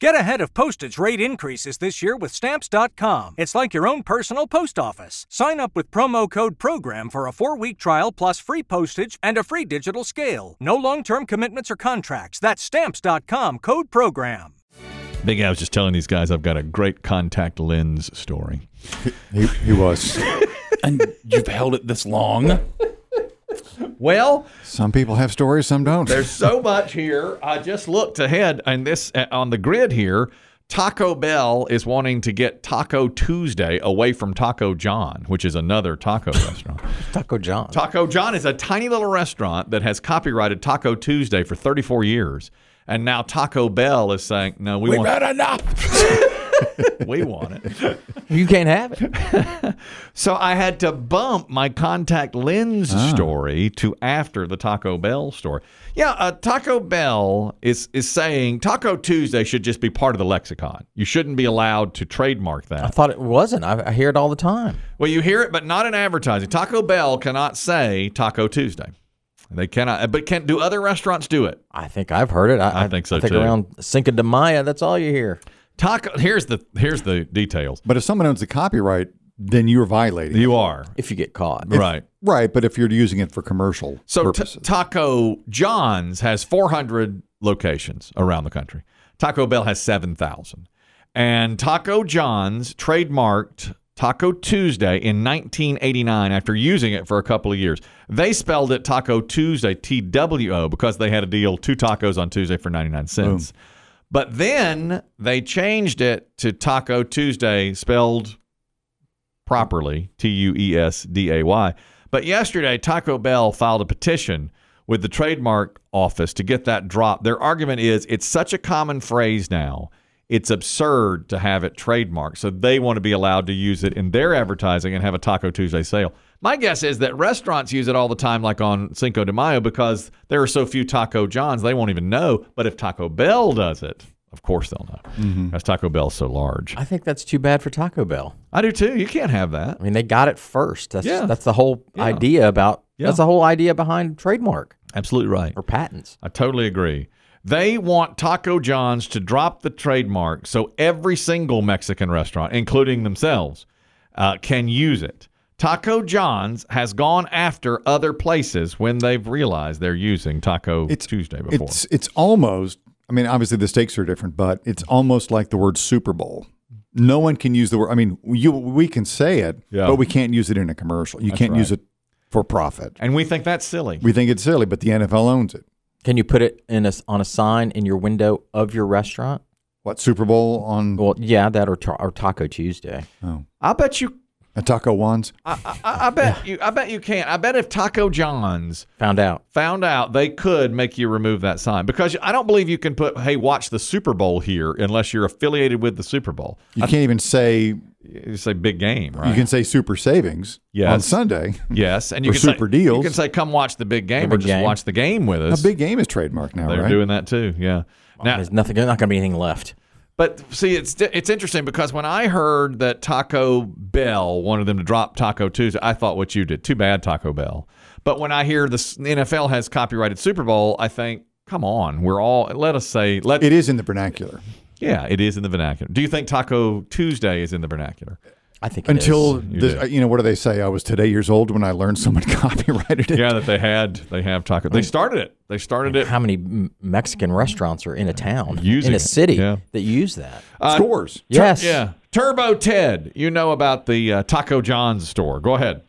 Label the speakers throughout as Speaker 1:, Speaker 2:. Speaker 1: Get ahead of postage rate increases this year with Stamps.com. It's like your own personal post office. Sign up with promo code PROGRAM for a four week trial plus free postage and a free digital scale. No long term commitments or contracts. That's Stamps.com code PROGRAM.
Speaker 2: Big Al was just telling these guys I've got a great contact lens story.
Speaker 3: He, he was.
Speaker 4: and you've held it this long.
Speaker 2: Well,
Speaker 3: Some people have stories, some don't.
Speaker 2: There's so much here. I just looked ahead, and this uh, on the grid here. Taco Bell is wanting to get Taco Tuesday away from Taco John, which is another taco restaurant.
Speaker 5: Taco John.
Speaker 2: Taco John is a tiny little restaurant that has copyrighted Taco Tuesday for 34 years, and now Taco Bell is saying, "No, we, want
Speaker 4: Not enough.
Speaker 2: we want it."
Speaker 5: You can't have it.
Speaker 2: So I had to bump my contact lens story to after the Taco Bell story. Yeah, uh, Taco Bell is is saying Taco Tuesday should just be part of the lexicon. You shouldn't be allowed to trademark
Speaker 5: I
Speaker 2: that.
Speaker 5: thought it wasn't. I, I hear it all the time.
Speaker 2: Well, you hear it, but not in advertising. Taco Bell cannot say Taco Tuesday. They cannot. uh, But can do other restaurants do it?
Speaker 5: I think I've heard it. I,
Speaker 2: I think so,
Speaker 5: I think
Speaker 2: too.
Speaker 5: around Cinco de Mayo, that's all you hear.
Speaker 2: Taco. Here's the here's the details.
Speaker 3: But if someone owns the copyright, then you're violating. it.
Speaker 2: You are
Speaker 5: If you get caught,
Speaker 2: right.
Speaker 3: Right, but if you're using it for commercial
Speaker 2: So t-
Speaker 3: purposes.
Speaker 2: Taco John's has 400 locations around the country. Taco Bell has 7,000. And Taco John's trademarked Taco Tuesday in 1989 after using it for a couple of years. They spelled it Taco Tuesday, T W O, because they had a deal two tacos on Tuesday for 99 cents. But then they changed it to Taco Tuesday, spelled properly, T U E S D A Y. But yesterday, Taco Bell filed a petition with the trademark office to get that dropped. Their argument is it's such a common phrase now, it's absurd to have it trademarked. So they want to be allowed to use it in their advertising and have a Taco Tuesday sale. My guess is that restaurants use it all the time, like on Cinco de Mayo, because there are so few Taco Johns, they won't even know. But if Taco Bell does it, of course they'll know. That's Taco Bell so large.
Speaker 5: I think that's too bad for Taco Bell.
Speaker 2: I do too. You can't have that.
Speaker 5: I mean, they got it first. That's
Speaker 2: Yeah.
Speaker 5: that's the whole idea about
Speaker 2: Yeah.
Speaker 5: that's the whole idea behind trademark
Speaker 2: Absolutely right.
Speaker 5: or patents.
Speaker 2: I totally agree. They want Taco John's to drop the trademark so every single Mexican restaurant, including themselves, uh, can use it. Taco John's has gone after other places when they've realized they're using Taco Tuesday before.
Speaker 3: It's it's almost. I mean, obviously the stakes are different, but it's almost like the word Super Bowl. No one can use the word. I mean, you we can say it,
Speaker 2: Yeah.
Speaker 3: but we can't use it in a commercial. You can't use it for profit.
Speaker 2: and we think that's silly.
Speaker 3: We think it's silly, but the NFL owns it.
Speaker 5: Can you put it in a s on a sign in your window of your restaurant?
Speaker 3: What Super Bowl on
Speaker 5: Well, yeah, that or, ta- or Taco Tuesday.
Speaker 2: I bet you.
Speaker 3: a Taco Wands?
Speaker 2: I, I, I bet you. I bet you can't. I bet if Taco John's
Speaker 5: Found out.
Speaker 2: found out they could make you remove that sign because I don't believe you can put "Hey, watch the Super Bowl" here unless you're affiliated with the Super Bowl.
Speaker 3: You can't even say
Speaker 2: You say big game, right?
Speaker 3: you can say Super Savings on
Speaker 2: Yes.
Speaker 3: Sunday.
Speaker 2: yes, and you
Speaker 3: or
Speaker 2: can
Speaker 3: super
Speaker 2: say, You
Speaker 3: deals.
Speaker 2: can say, "Come watch the big game,"
Speaker 5: The
Speaker 2: or
Speaker 5: big
Speaker 2: just
Speaker 5: game.
Speaker 2: watch the game with
Speaker 3: A
Speaker 2: us.
Speaker 3: big game is trademarked now,
Speaker 2: They're
Speaker 3: right?
Speaker 2: doing that too. Yeah. Now,
Speaker 5: There's nothing. Not going to be anything left.
Speaker 2: but see, it's it's interesting because when I heard that Taco Bell wanted them to drop Taco Tuesday, I thought what you did. Too bad, Taco Bell. But when I hear the s- NFL has copyrighted Super Bowl, I think, come on, we're all let us say let
Speaker 3: it is in the vernacular
Speaker 2: Yeah, it is in the vernacular. Do you think Taco Tuesday is in the vernacular?
Speaker 5: I think it
Speaker 3: until
Speaker 5: is.
Speaker 3: this, you know what do they say? I was today years old when I learned someone copyrighted it.
Speaker 2: Yeah, that they had they have taco.
Speaker 3: Um,
Speaker 2: They started it. They started it.
Speaker 5: how many M- Mexican restaurants are in a town,
Speaker 2: Using
Speaker 5: in a
Speaker 2: it,
Speaker 5: city
Speaker 2: yeah.
Speaker 5: that use that?
Speaker 2: uh,
Speaker 3: Scores.
Speaker 5: yes.
Speaker 2: Yeah, Turbo Ted, you know about the uh, Taco John's store. Go ahead.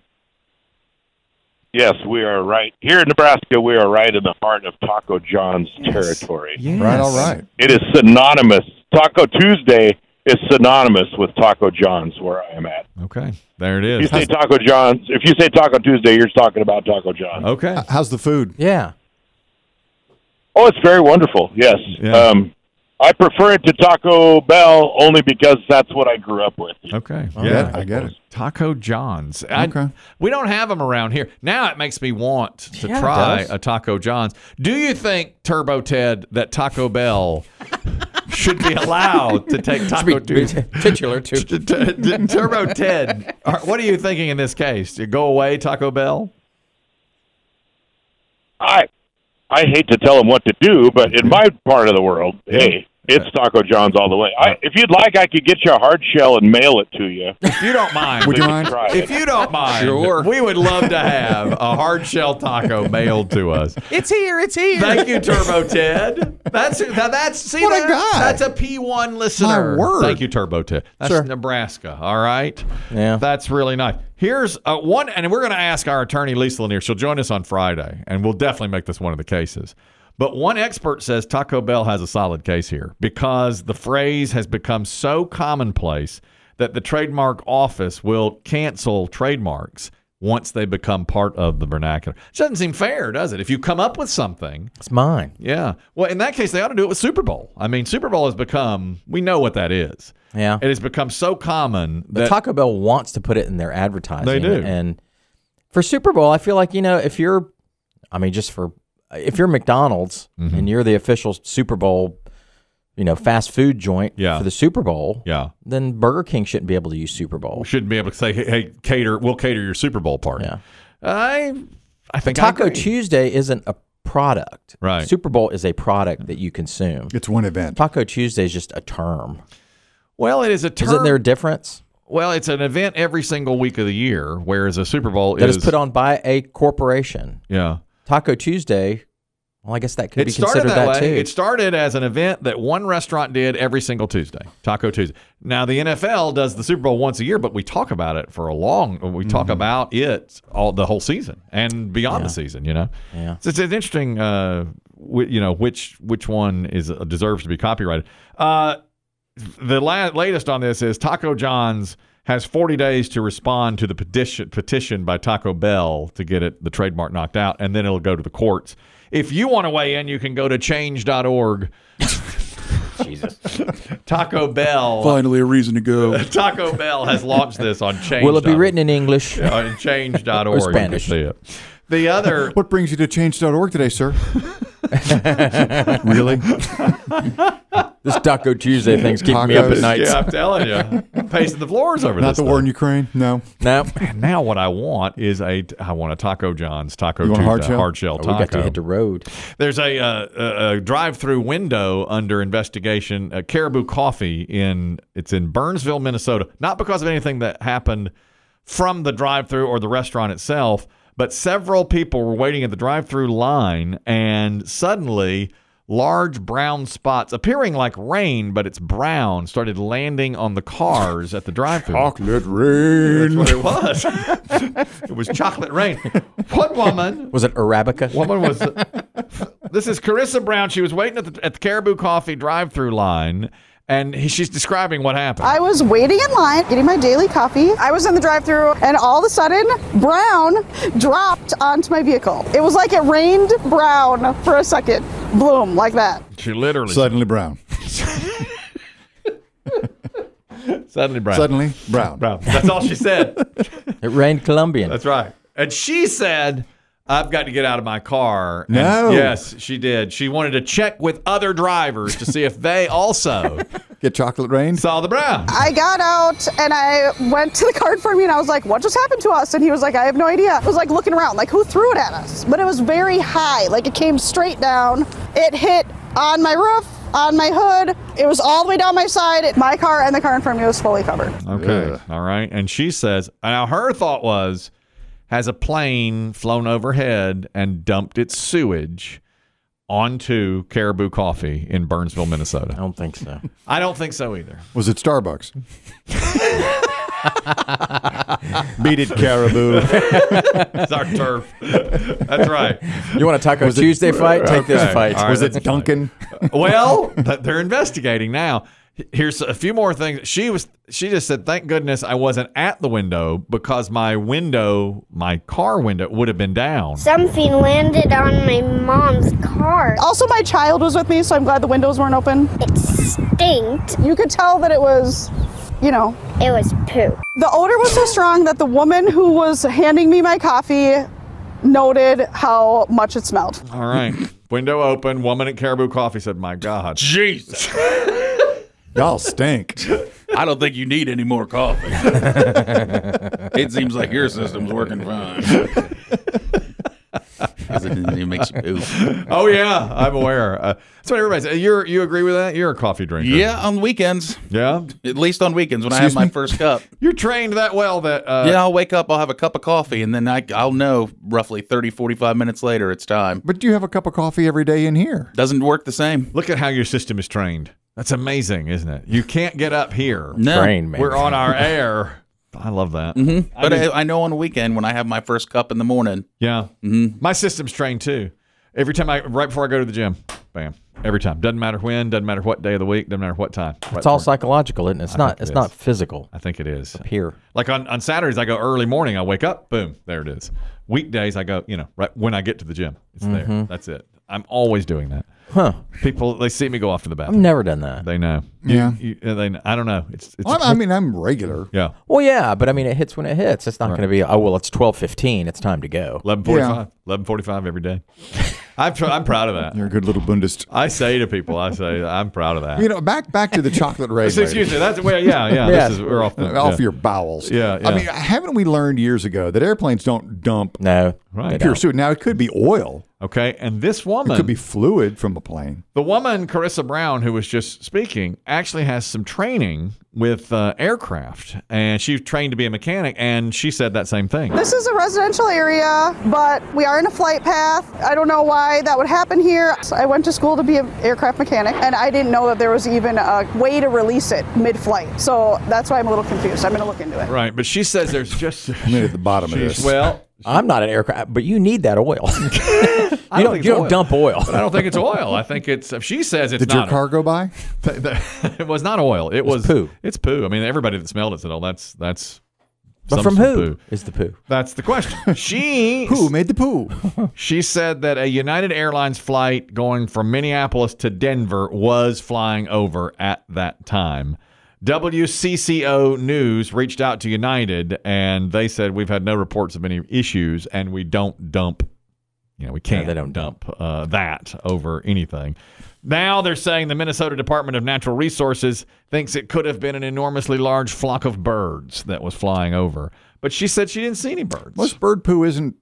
Speaker 6: Yes, we are right here in Nebraska. We are right in the heart of Taco John's territory.
Speaker 3: Right. All right.
Speaker 6: It is synonymous. Taco Tuesday is synonymous with Taco John's, where I am at.
Speaker 2: Okay, there it
Speaker 6: If
Speaker 2: is.
Speaker 6: you say Taco John's, if you say Taco Tuesday, you're talking about Taco John's.
Speaker 2: Okay,
Speaker 3: Uh, How's the food?
Speaker 5: Yeah.
Speaker 6: Oh, it's very wonderful. Yes.
Speaker 2: Yeah.
Speaker 6: Um, I prefer it to Taco Bell only because that's what I grew up with.
Speaker 2: okay.
Speaker 3: I get it. I get it.
Speaker 2: Taco John's. I-
Speaker 3: Oh, Okay.
Speaker 2: we don't have them around here. Now it makes me want to
Speaker 5: Yeah, it
Speaker 2: try
Speaker 5: does.
Speaker 2: a Taco John's. Do you think, Turbo Ted, that Taco Bell should be allowed to take Taco
Speaker 5: Should be
Speaker 2: Tuesday?
Speaker 5: titular too.
Speaker 2: T- t- t- Turbo Ted, are- what are you thinking in this case? You go away, Taco Bell?
Speaker 6: I I hate to tell them what to do, but in my part of the world, hey, It's Taco John's all the way. I, if you'd like, I could get you a hard shell and mail it to you.
Speaker 2: If you don't mind,
Speaker 3: Would you
Speaker 6: Please
Speaker 3: mind?
Speaker 6: try it.
Speaker 2: if you don't mind,
Speaker 5: Sure.
Speaker 2: we would love to have a hard shell taco mailed to us.
Speaker 5: It's here. It's here.
Speaker 2: Thank you, Turbo Ted. That's now that's see
Speaker 3: What a
Speaker 2: that-
Speaker 3: guy.
Speaker 2: That's a P one listener.
Speaker 3: My word.
Speaker 2: Thank you, Turbo Ted. That's
Speaker 5: Sure.
Speaker 2: Nebraska. All right.
Speaker 5: Yeah.
Speaker 2: That's really nice. Here's uh, one, and we're going to ask our attorney Lisa Lanier. She'll join us on Friday, and we'll definitely make this one of the cases. But one expert says Taco Bell has a solid case here because the phrase has become so commonplace that the trademark office will cancel trademarks once they become part of the vernacular. It doesn't seem fair, does it? If you come up with something
Speaker 5: It's mine.
Speaker 2: yeah. Well, in that case, they ought to do it with Super Bowl. I mean, Super Bowl has become, we know what that is.
Speaker 5: Yeah.
Speaker 2: It has become so common
Speaker 5: But
Speaker 2: that
Speaker 5: Taco Bell wants to put it in their advertising.
Speaker 2: They do.
Speaker 5: And for Super Bowl, I feel like, you know, if you're, I mean, just for, if you're McDonald's
Speaker 2: Mm-hmm.
Speaker 5: and you're the official Super Bowl, you know, fast food joint
Speaker 2: Yeah.
Speaker 5: for the Super Bowl,
Speaker 2: yeah,
Speaker 5: then Burger King shouldn't be able to use Super Bowl.
Speaker 2: we shouldn't be able to say, hey, hey, cater, we'll cater your Super Bowl party.
Speaker 5: Yeah.
Speaker 2: I, I think I
Speaker 5: Taco
Speaker 2: agree.
Speaker 5: Tuesday isn't a product.
Speaker 2: Right.
Speaker 5: Super Bowl is a product that you consume.
Speaker 3: It's one event.
Speaker 5: Taco Tuesday is just a term.
Speaker 2: Well, it is a term.
Speaker 5: Isn't there a difference
Speaker 2: well, it's an event every single week of the year, whereas a Super Bowl
Speaker 5: that
Speaker 2: is
Speaker 5: is put on by a corporation?
Speaker 2: Yeah.
Speaker 5: Taco Tuesday. Well, I guess that could
Speaker 2: it
Speaker 5: be
Speaker 2: started
Speaker 5: considered
Speaker 2: that,
Speaker 5: that,
Speaker 2: way.
Speaker 5: too.
Speaker 2: It started as an event that one restaurant did every single Tuesday, Taco Tuesday. Now the NFL does the Super Bowl once a year, but we talk about it for a long. We
Speaker 5: Mm-hmm.
Speaker 2: talk about it all the whole season and beyond the season. You know,
Speaker 5: Yeah.
Speaker 2: So it's, an interesting. Uh, whi- you know which which one is uh, deserves to be copyrighted. Uh, the la- latest on this is Taco John's has 40 days to respond to the petition petition by Taco Bell to get it the trademark knocked out, and then it'll go to the courts. If you want to weigh in, you can go to change.org. Jesus. Taco Bell.
Speaker 4: Finally, a reason to go.
Speaker 2: Taco Bell has launched this on change.
Speaker 5: Will it be written in English?
Speaker 2: on change.org?
Speaker 5: Or Spanish.
Speaker 2: You can see it. The other
Speaker 3: What brings you to change.org today, sir? really?
Speaker 5: This Taco Tuesday thing's keeping me
Speaker 3: Tacos,
Speaker 5: up at night.
Speaker 2: Yeah, I'm telling you. I'm pacing the floors over
Speaker 3: Not
Speaker 2: this.
Speaker 3: the war in Ukraine? No.
Speaker 5: No,
Speaker 2: And now what I want is a I want a Taco John's Taco
Speaker 3: You want a
Speaker 2: Tuesday
Speaker 3: hard shell?
Speaker 2: hard shell
Speaker 5: Oh, we got
Speaker 2: taco.
Speaker 5: to hit the road.
Speaker 2: There's a, uh, a, a drive-through window under investigation. Uh, Caribou Coffee in it's in Burnsville, Minnesota. Not because of anything that happened from the drive-through or the restaurant itself, but several people were waiting at the drive-through line, and suddenly large brown spots appearing like rain, but it's brown, started landing on the cars at the drive-through.
Speaker 3: Chocolate rain.
Speaker 2: It was. it was chocolate rain. One woman
Speaker 5: Was it Arabica?
Speaker 2: Woman was. this is Carissa Brown. She was waiting at the, at the Caribou Coffee drive-through line, and he, she's describing what happened.
Speaker 7: I was waiting in line, getting my daily coffee. I was in the drive thru and all of a sudden, brown dropped onto my vehicle. It was like it rained brown for a second. Bloom, like that.
Speaker 2: she literally
Speaker 3: Suddenly brown.
Speaker 2: suddenly Brown.
Speaker 3: Suddenly brown.
Speaker 2: Brown. That's all she said.
Speaker 5: It rained Colombian.
Speaker 2: That's right. And she said, "I've got to get out of my car." And
Speaker 3: No.
Speaker 2: yes, she did. She wanted to check with other drivers to see if they also
Speaker 3: Get chocolate rain.
Speaker 2: saw the brown.
Speaker 7: I got out and I went to the card for me and I was like, what just happened to us? And he was like, I have no idea. I was like looking around, like who threw it at us? But it was very high, like it came straight down. It hit on my roof, on my hood. It was all the way down my side. My car and the car in front of me was fully covered.
Speaker 2: Okay. All right. And she says, now her thought was, has a plane flown overhead and dumped its sewage onto Caribou Coffee in Burnsville,
Speaker 5: I
Speaker 2: Minnesota?
Speaker 5: don't think so.
Speaker 2: I don't think so either.
Speaker 3: Was it Starbucks? Beat it, Caribou.
Speaker 2: It's our turf. That's right.
Speaker 5: You want a Taco Tuesday fight? Take
Speaker 2: Okay.
Speaker 5: this fight.
Speaker 2: All right.
Speaker 3: Was it Duncan?
Speaker 2: Well, th- they're investigating now. H- Here's a few more things. She was she just said, "Thank goodness I wasn't at the window because my window, my car window would have been down."
Speaker 8: Something landed on my mom's car.
Speaker 7: Also, my child was with me, so I'm glad the windows weren't open.
Speaker 8: It stinked.
Speaker 7: You could tell that it was, you know,
Speaker 8: It was poo.
Speaker 7: the odor was so strong that the woman who was handing me my coffee noted how much it smelled.
Speaker 2: All right. Window open. Woman at Caribou Coffee said, "My God."
Speaker 4: Jesus.
Speaker 3: Y'all stink.
Speaker 4: I don't think you need any more coffee. it seems like your system's working fine. because it, it makes you poop.
Speaker 2: Oh yeah, I'm aware. Uh, so everybody's you you agree with that? You're a coffee drinker.
Speaker 4: Yeah, on weekends.
Speaker 2: Yeah.
Speaker 4: At least on weekends when
Speaker 3: Excuse
Speaker 4: I have
Speaker 3: me?
Speaker 4: my first cup.
Speaker 2: You're trained that well that uh,
Speaker 4: yeah, I'll wake up, I'll have a cup of coffee, and then I, I'll know roughly 30, 45 minutes later it's time.
Speaker 3: But do you have a cup of coffee every day in here?
Speaker 4: Doesn't work the same.
Speaker 2: Look at how your system is trained. That's amazing, isn't it? You can't get up here.
Speaker 4: No. Mm-hmm.
Speaker 5: Brain, man.
Speaker 2: We're on our air. I love that.
Speaker 4: But I, I know on the weekend when I have my first cup in the morning,
Speaker 2: Yeah. My system's trained too. Every time I, right before I go to the gym, bam. Every time. Doesn't matter when, doesn't matter what day of the week, doesn't matter what time. Right
Speaker 5: It's all
Speaker 2: before-
Speaker 5: psychological, isn't it? It's not.
Speaker 2: it
Speaker 5: It's
Speaker 2: is.
Speaker 5: not physical.
Speaker 2: I think it is.
Speaker 5: Here,
Speaker 2: Like on, on Saturdays, I go early morning. I wake up, boom, there it is. Weekdays, I go, you know, right when I get to the gym, it's
Speaker 3: Mm-hmm.
Speaker 2: there. That's it. I'm always doing that.
Speaker 5: huh?
Speaker 2: People, they see me go off to the
Speaker 5: I've
Speaker 2: bathrown.
Speaker 5: never done that.
Speaker 2: They know.
Speaker 3: Yeah.
Speaker 2: You, you- they, kn- I don't know. It's, it's
Speaker 3: I'm, I mean, I'm regular.
Speaker 2: yeah,
Speaker 5: Well, yeah, but I mean, it hits when it hits. It's not going to be. Oh well, it's twelve fifteen. It's time to go.
Speaker 2: 11:45, 11:45 every day. I'm tr- I'm proud of that.
Speaker 3: You're a good little Bundist.
Speaker 2: I say to people, I say I'm proud of that.
Speaker 3: You know, back back to the chocolate raid.
Speaker 2: This is
Speaker 3: lady.
Speaker 2: usually that's where yeah yeah
Speaker 5: Yeah.
Speaker 2: this is we're off the,
Speaker 3: off
Speaker 2: yeah.
Speaker 3: your bowels.
Speaker 2: Yeah, yeah.
Speaker 3: I mean, haven't we learned years ago that airplanes don't dump
Speaker 5: No,
Speaker 2: Right.
Speaker 3: pure sewage? Now it could be oil,
Speaker 2: okay and this
Speaker 3: it
Speaker 2: woman
Speaker 3: could be fluid from a plane.
Speaker 2: the woman Carissa Brown who was just speaking actually has some training with uh, aircraft and she's trained to be a mechanic and she said that same thing
Speaker 7: This is a residential area, but we are in a flight path. I don't know why that would happen here. So I went to school to be an aircraft mechanic, and I didn't know that there was even a way to release it mid flight. So that's why I'm a little confused. I'm going to look into it.
Speaker 2: right but she says there's just
Speaker 3: I'm at the bottom of this.
Speaker 2: well
Speaker 5: I'm not an aircraft, but you need that oil. you
Speaker 2: I don't
Speaker 5: don't.
Speaker 2: think
Speaker 5: you
Speaker 2: it's
Speaker 5: don't
Speaker 2: oil.
Speaker 5: dump oil.
Speaker 2: I don't think it's oil I think it's if she says it's
Speaker 3: Did
Speaker 2: not
Speaker 3: your car go by?
Speaker 2: it was not oil it was,
Speaker 5: poo.
Speaker 2: it's poo I mean everybody that smelled it said oh that's that's
Speaker 5: But
Speaker 2: some
Speaker 5: from
Speaker 2: sort of
Speaker 5: who
Speaker 2: poo.
Speaker 5: is the poo?
Speaker 2: That's the question. She
Speaker 3: Who made the poo?
Speaker 2: She said that a United Airlines flight going from Minneapolis to Denver was flying over at that time. WCCO News reached out to United and they said we've had no reports of any issues and we don't dump, you know, we can't
Speaker 5: they don't
Speaker 2: dump uh, that over anything. Now they're saying the Minnesota Department of Natural Resources thinks it could have been an enormously large flock of birds that was flying over. But she said she didn't see any birds.
Speaker 3: Most bird poo isn't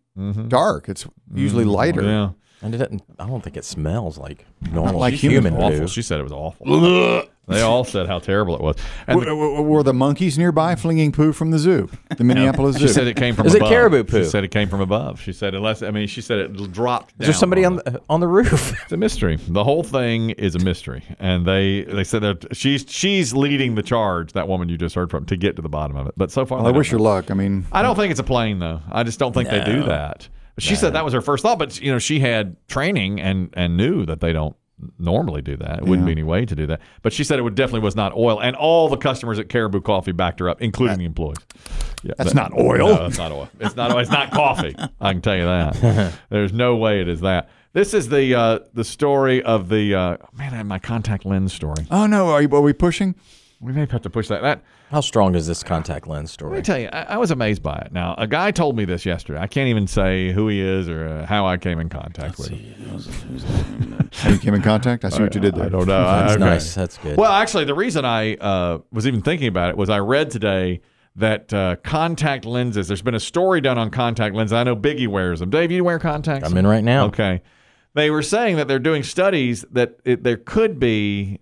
Speaker 3: dark. It's usually lighter.
Speaker 2: Mm-hmm. Yeah.
Speaker 5: And it doesn't, I don't think it smells like normal
Speaker 3: like
Speaker 5: human,
Speaker 3: human
Speaker 2: awful.
Speaker 5: poo.
Speaker 2: She said it was awful. they all said how terrible it was. And
Speaker 3: Were, were- were the monkeys nearby flinging poo from the zoo, the Minneapolis
Speaker 2: she
Speaker 3: Zoo?
Speaker 2: said it came from
Speaker 5: Is it
Speaker 2: above.
Speaker 5: caribou poo?
Speaker 2: She said it came from above. She said unless I mean she said it dropped down.
Speaker 5: Is there somebody on
Speaker 2: them.
Speaker 5: the, on the roof?
Speaker 2: It's a mystery. The whole thing is a mystery. And they they said that she's she's leading the charge, that woman you just heard from, to get to the bottom of it. But so far
Speaker 3: well, I
Speaker 2: they don't
Speaker 3: wish
Speaker 2: know.
Speaker 3: her luck. I mean,
Speaker 2: I don't think it's a plane though. I just don't think they do that. She said that was her first thought, but you know she had training and and knew that they don't normally do that. It wouldn't be any way to do that. But she said it would definitely was not oil, and all the customers at Caribou Coffee backed her up, including the employees. Yeah,
Speaker 3: that's
Speaker 2: that-
Speaker 3: not oil.
Speaker 2: No, it's not oil. It's not oil. It's not coffee. I can tell you that. There's no way it is that. This is the uh, the story of the uh, man. I had my contact lens story.
Speaker 3: Oh no, are, you, are we pushing?
Speaker 2: We may have to push that. That
Speaker 5: How strong is this contact lens
Speaker 2: Let me
Speaker 5: story?
Speaker 2: tell you, I, I was amazed by it. Now, a guy told me this yesterday. I can't even say who he is or uh, how I came in contact with him.
Speaker 3: You came in contact. I see what you did there.
Speaker 2: I don't know. I-
Speaker 5: That's
Speaker 2: okay.
Speaker 5: nice. That's good.
Speaker 2: Well, actually, the reason I uh, was even thinking about it was I read today that uh, contact lenses. There's been a story done on contact lenses. I know Biggie wears them. Dave, you wear contacts?
Speaker 5: I'm in right now.
Speaker 2: Okay. They were saying that they're doing studies that it, there could be,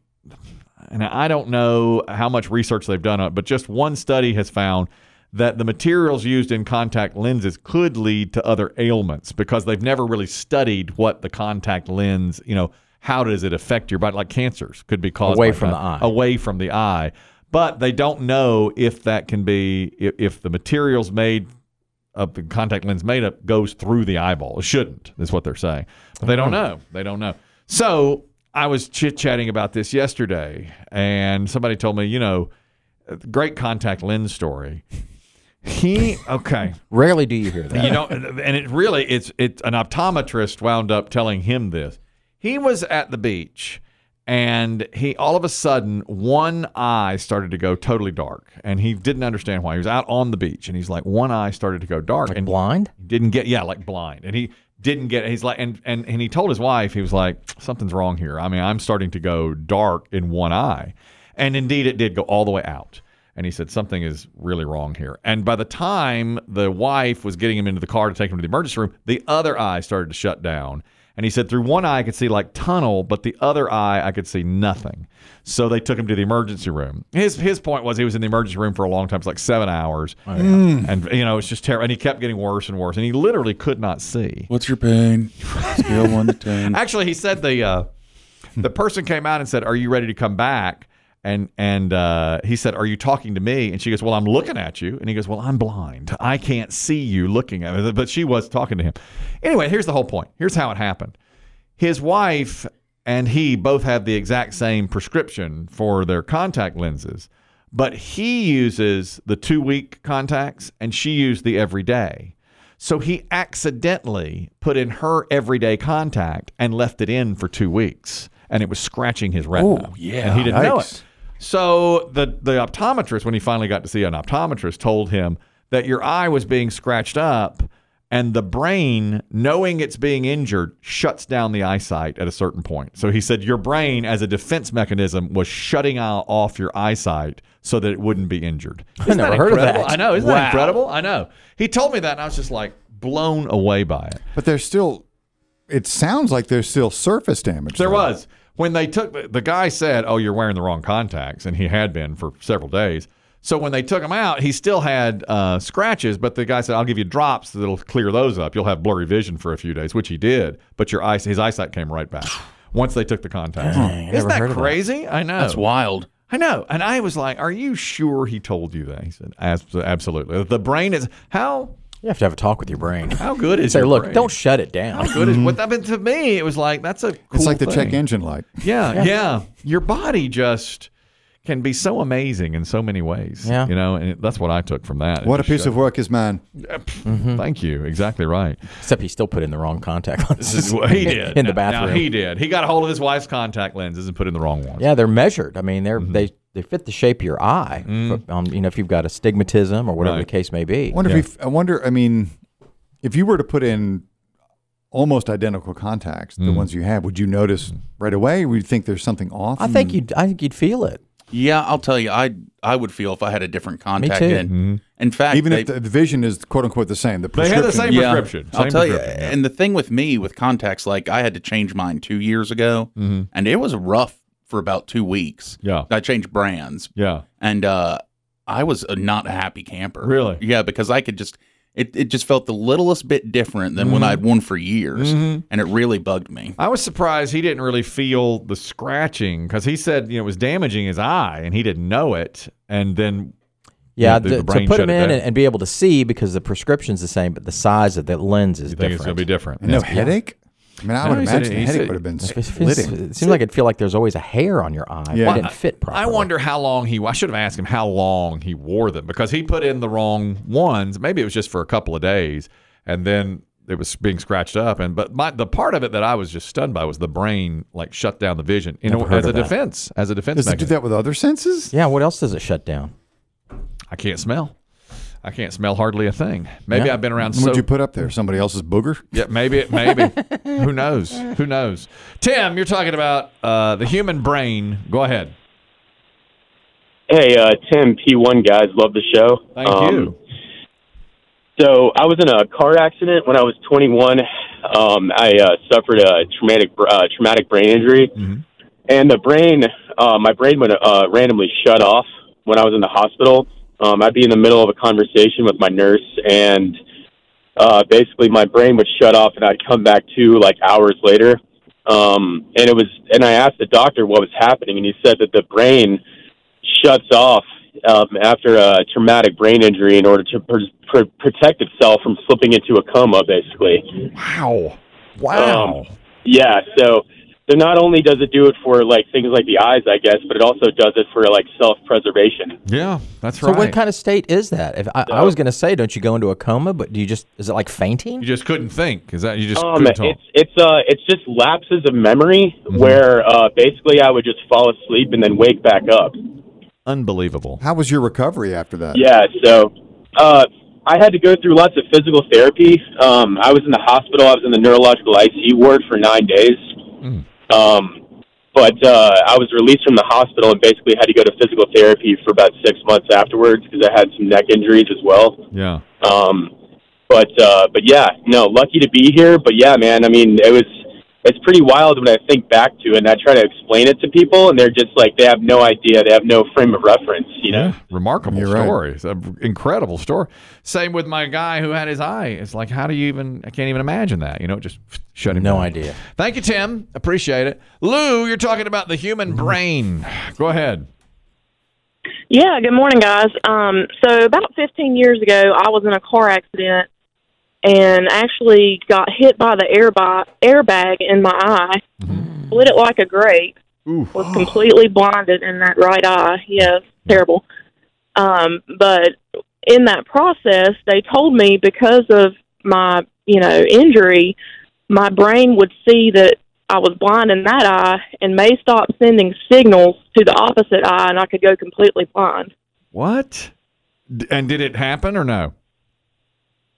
Speaker 2: and I don't know how much research they've done on it, but just one study has found that the materials used in contact lenses could lead to other ailments because they've never really studied what the contact lens, you know, how does it affect your body? Like cancers could be caused
Speaker 5: Away
Speaker 2: by
Speaker 5: from
Speaker 2: that.
Speaker 5: the eye.
Speaker 2: Away from the eye. But they don't know if that can be, if, if the materials made of the contact lens made up goes through the eyeball. It shouldn't, is what they're saying. But they don't know. They don't know. So I was chit chatting about this yesterday, and somebody told me, you know, a great contact lens story. He okay,
Speaker 5: Rarely do you hear that.
Speaker 2: you know, and it really it's it's an optometrist wound up telling him this. He was at the beach, and he all of a sudden one eye started to go totally dark, and he didn't understand why. He was out on the beach, and he's like, one eye started to go dark, and
Speaker 5: Blind?
Speaker 2: didn't get yeah like blind and he didn't get he's like and, and and he told his wife he was like something's wrong here i mean i'm starting to go dark in one eye and indeed it did go all the way out And he said, Something is really wrong here. And by the time the wife was getting him into the car to take him to the emergency room, the other eye started to shut down. And he said, Through one eye, I could see like tunnel, but the other eye, I could see nothing. So they took him to the emergency room. His, his point was he was in the emergency room for a long time. It's like seven hours. And, you know, it's just terrible. And he kept getting worse and worse. And he literally could not see.
Speaker 4: What's your pain? Scale one to ten.
Speaker 2: Actually, he said the uh, the person came out and said, "Are you ready to come back?" And and uh, he said, "Are you talking to me?" And she goes, "Well, I'm looking at you." And he goes, "Well, I'm blind. I can't see you looking at me." But she was talking to him. Anyway, here's the whole point. Here's how it happened. His wife and he both have the exact same prescription for their contact lenses, but he uses the two week contacts and she used the everyday. So he accidentally put in her everyday contact and left it in for two weeks, and it was scratching his retina. Oh, yeah. And he didn't know
Speaker 3: Yikes.
Speaker 2: it. So the, the optometrist, when he finally got to see an optometrist, told him that your eye was being scratched up, and the brain, knowing it's being injured, shuts down the eyesight at a certain point. So he said your brain, as a defense mechanism, was shutting out off your eyesight so that it wouldn't be injured. Isn't
Speaker 5: never
Speaker 2: that
Speaker 5: heard of
Speaker 2: incredible?
Speaker 5: that.
Speaker 2: I know. Isn't that
Speaker 5: Wow.
Speaker 2: incredible? I know. He told me that, and I was just like blown away by it.
Speaker 3: But there's still, it sounds like there's still surface damage.
Speaker 2: There
Speaker 3: though.
Speaker 2: was. When they took the, the guy said, "Oh, you're wearing the wrong contacts," and he had been for several days. So when they took him out, he still had uh, scratches, but the guy said, "I'll give you drops that'll clear those up. You'll have blurry vision for a few days," which he did. But your eyes, his eyesight came right back once they took the contacts. Isn't that crazy? I know.
Speaker 4: That's wild.
Speaker 2: I know. And I was like, "Are you sure he told you that?" He said, "Abs- "Absolutely." The brain is how
Speaker 5: You have to have a talk with your brain.
Speaker 2: how good is
Speaker 5: Say,
Speaker 2: your
Speaker 5: look,
Speaker 2: brain?
Speaker 5: don't shut it down.
Speaker 2: How good is what? I mean, to me, it was like that's a. Cool
Speaker 3: It's like the E.
Speaker 2: thing.
Speaker 3: check engine light.
Speaker 2: Yeah, yeah, Your body just can be so amazing in so many ways.
Speaker 5: Yeah.
Speaker 2: You know, and it, that's what I took from that.
Speaker 3: What a piece of work is mine.
Speaker 2: Thank you. Exactly right.
Speaker 5: Except he still put in the wrong contact lenses.
Speaker 2: he did.
Speaker 5: in the
Speaker 2: Now- now
Speaker 5: bathroom.
Speaker 2: he did. He got a hold of his wife's contact lenses and put in the wrong ones.
Speaker 5: Yeah, they're measured. I mean,
Speaker 2: Mm-hmm.
Speaker 5: they're they they fit the shape of your eye. But, um, you know, if you've got astigmatism or whatever
Speaker 2: Mm. Right.
Speaker 5: the case may be.
Speaker 3: I wonder if you, I wonder. I mean, if you were to put in almost identical contacts,
Speaker 2: Hmm.
Speaker 3: the ones you have, would you notice right away? Would you think there's something off?
Speaker 5: I
Speaker 2: Hmm.
Speaker 5: think you would I think you'd feel it.
Speaker 4: Yeah, I'll tell you, I I would feel if I had a different contact
Speaker 5: too.
Speaker 4: in.
Speaker 2: Mm-hmm.
Speaker 4: In fact,
Speaker 3: even
Speaker 4: they,
Speaker 3: if the, the vision is quote unquote the same, the
Speaker 2: They had
Speaker 3: prescription.
Speaker 2: the same
Speaker 4: yeah,
Speaker 2: prescription.
Speaker 4: I'll
Speaker 2: Same
Speaker 4: tell you.
Speaker 2: prescription, yeah.
Speaker 4: And the thing with me with contacts, like I had to change mine two years ago, and it was rough for about two weeks.
Speaker 2: Mm-hmm. Yeah.
Speaker 4: I changed brands,
Speaker 2: Yeah.
Speaker 4: and uh, I was a not a happy camper.
Speaker 2: Really?
Speaker 4: Yeah, because I could just it, it just felt the littlest bit different than
Speaker 2: Mm-hmm.
Speaker 4: when I'd worn for years, and it really bugged me.
Speaker 2: I was surprised he didn't really feel the scratching because he said you know it was damaging his eye and he didn't know it. And then
Speaker 5: Yeah,
Speaker 2: the-
Speaker 5: th-
Speaker 2: the brain
Speaker 5: to put
Speaker 2: shut
Speaker 5: them
Speaker 2: it
Speaker 5: in
Speaker 2: down.
Speaker 5: and, and be able to see because the prescription's the same, but the size of the lens
Speaker 2: you
Speaker 5: is
Speaker 2: think
Speaker 5: different.
Speaker 2: it's going to be different.
Speaker 3: And no headache. I mean, I
Speaker 2: No,
Speaker 3: would
Speaker 2: he said-
Speaker 3: imagine
Speaker 2: he
Speaker 3: the headache
Speaker 2: said-
Speaker 3: would have been
Speaker 5: It feels-
Speaker 3: splitting.
Speaker 5: it seems like it'd feel like there's always a hair on your eye. if
Speaker 3: Yeah.
Speaker 5: It didn't fit properly.
Speaker 2: I wonder how long he. I should have asked him how long he wore them because he put in the wrong ones. Maybe it was just for a couple of days, and then it was being scratched up. And but my, the part of it that I was just stunned by was the brain like shut down the vision in,
Speaker 5: Never
Speaker 2: a-
Speaker 5: heard
Speaker 2: as a
Speaker 5: of that.
Speaker 2: defense, as a defense
Speaker 3: Does it do
Speaker 2: mechanism.
Speaker 3: that with other senses?
Speaker 5: Yeah, what else does it shut down?
Speaker 2: I can't smell. I can't smell hardly a thing. Maybe
Speaker 5: Yeah.
Speaker 2: I've been around
Speaker 3: What
Speaker 2: so
Speaker 3: would you put up there? Somebody else's booger?
Speaker 2: Yeah, maybe it. Maybe. Who knows? Who knows? Tim, you're talking about uh, the human brain. Go ahead.
Speaker 9: Hey, uh, Tim, P1 guys, love the show.
Speaker 2: Thank
Speaker 9: Um,
Speaker 2: you.
Speaker 9: So I was in a car accident when I was 21. Um, I uh, suffered a traumatic br- uh, traumatic brain injury,
Speaker 2: Mm-hmm.
Speaker 9: and the brain, uh, my brain would uh, randomly shut off when I was in the hospital. Um, I'd be in the middle of a conversation with my nurse, and uh, basically my brain would shut off, and I'd come back to like hours later. Um, and it was, and I asked the doctor what was happening, and he said that the brain shuts off um, after a traumatic brain injury in order to pr- pr- protect itself from slipping into a coma, basically. Um,
Speaker 2: Wow. Wow.
Speaker 9: Yeah, so so not only does it do it for like things like the eyes, I guess, but it also does it for like self preservation.
Speaker 2: yeah, that's
Speaker 5: So
Speaker 2: right.
Speaker 5: what kind of state is that? If I, I was going to say, don't you go into a coma? But do you just is it like
Speaker 2: You
Speaker 5: fainting?
Speaker 2: just couldn't think. Is that you just
Speaker 9: Um,
Speaker 2: couldn't talk?
Speaker 9: it's it's uh it's just lapses of memory where uh, basically I would just fall asleep and then wake back up.
Speaker 2: Unbelievable.
Speaker 3: How was your recovery after that?
Speaker 9: Yeah, so uh, I had to go through lots of physical therapy. Um, I was in the hospital. I was in the neurological ICU ward for nine days. Um, But uh, I was released from the hospital and basically had to go to physical therapy for about six months afterwards because I had some neck injuries as well.
Speaker 2: Yeah.
Speaker 9: Um, but uh, but yeah, no, lucky to be here. But yeah, man, I mean, it was it's pretty wild when I think back to it, and I try to explain it to people, and they're just like they have no idea, they have no frame of reference, you know.
Speaker 2: Yeah, remarkable
Speaker 3: You're right.
Speaker 2: story. It's an incredible story. Same with my guy who had his eye. It's like, how do you even? I can't even imagine that. You know, it just shut him.
Speaker 5: No
Speaker 2: down.
Speaker 5: idea.
Speaker 2: Thank you, Tim. Appreciate it. Lou, you're talking about the
Speaker 5: Mm.
Speaker 2: human brain. Go ahead.
Speaker 10: Yeah, good morning, guys. Um, so about 15 years ago, I was in a car accident and actually got hit by the airbag, airbag in my eye, split it like a grape,
Speaker 2: Oof.
Speaker 10: was completely blinded in that right eye. Yeah, it's terrible. Um, but in that process, they told me because of my, you know, injury, my brain would see that I was blind in that eye and may stop sending signals to the opposite eye, and I could go completely blind.
Speaker 2: What? D- And did it happen or no?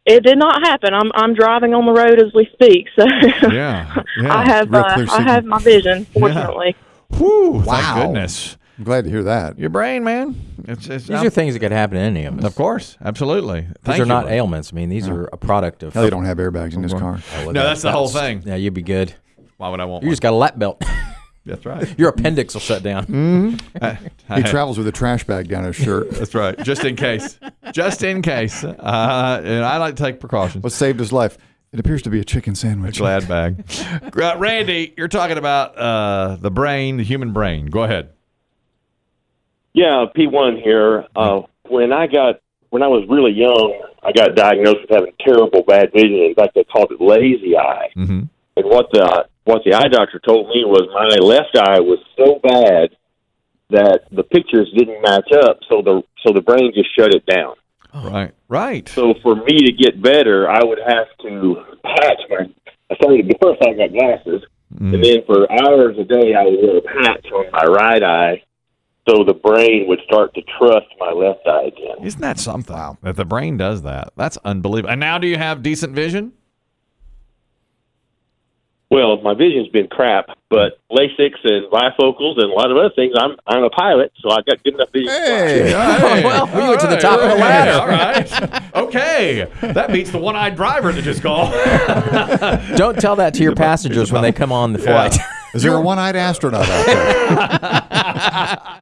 Speaker 10: It did not happen. I'm I'm driving on the road as we speak, so
Speaker 2: Yeah. yeah.
Speaker 10: I have
Speaker 3: real
Speaker 10: uh,
Speaker 3: clear
Speaker 10: I have my vision. Fortunately,
Speaker 2: Whew,
Speaker 3: Wow.
Speaker 2: Thank goodness.
Speaker 3: I'm glad to hear that.
Speaker 2: Your brain, man. It's, it's
Speaker 5: These are things that could happen to any of us.
Speaker 2: Of course, absolutely.
Speaker 5: These
Speaker 2: Thank
Speaker 5: are
Speaker 2: you,
Speaker 5: not
Speaker 2: Lou.
Speaker 5: ailments. I mean, these are a product of.
Speaker 3: Hell, they don't have airbags in this car.
Speaker 5: Well,
Speaker 2: No,
Speaker 5: that-
Speaker 2: that's the whole thing.
Speaker 5: Yeah, you'd be good.
Speaker 2: Why would I want
Speaker 5: You
Speaker 2: one?
Speaker 5: just got a lap belt.
Speaker 2: That's right.
Speaker 5: Your appendix will shut
Speaker 2: Mm.
Speaker 5: down.
Speaker 3: He travels with a trash bag down his shirt.
Speaker 2: That's right. Just in case. Just in case. Uh, and I like to take precautions.
Speaker 3: What saved his life? It appears to be a chicken sandwich.
Speaker 2: Glad bag. Uh, Randy, you're talking about uh, the brain, the human brain. Go ahead.
Speaker 6: Yeah, P1 here. Uh, when I got when I was really young, I got diagnosed with having terrible bad vision. In fact, they called it lazy eye.
Speaker 2: Mhm.
Speaker 6: And what the what the eye doctor told me was my left eye was so bad that the pictures didn't match up, so the so the brain just shut it down.
Speaker 5: Oh.
Speaker 2: Right. Right.
Speaker 6: So for me to get better, I would have to patch my. I started before I got glasses, and then for hours a day, I would wear a patch on my right eye, so the brain would start to trust my left eye again.
Speaker 2: Isn't that something? That the brain does that. That's unbelievable. And now do you have decent vision?
Speaker 6: Well, my vision's been crap, but Lasix and bifocals and a lot of other things. I'm I'm a pilot, so I've got good enough vision. to fly.
Speaker 5: well, we went to the
Speaker 2: Oh, All
Speaker 5: top of the
Speaker 2: right.
Speaker 5: ladder.
Speaker 2: All right. Okay. That beats the one eyed driver that just called.
Speaker 5: Don't tell that to your passengers when they come on the flight.
Speaker 3: Is there a one-eyed astronaut out there?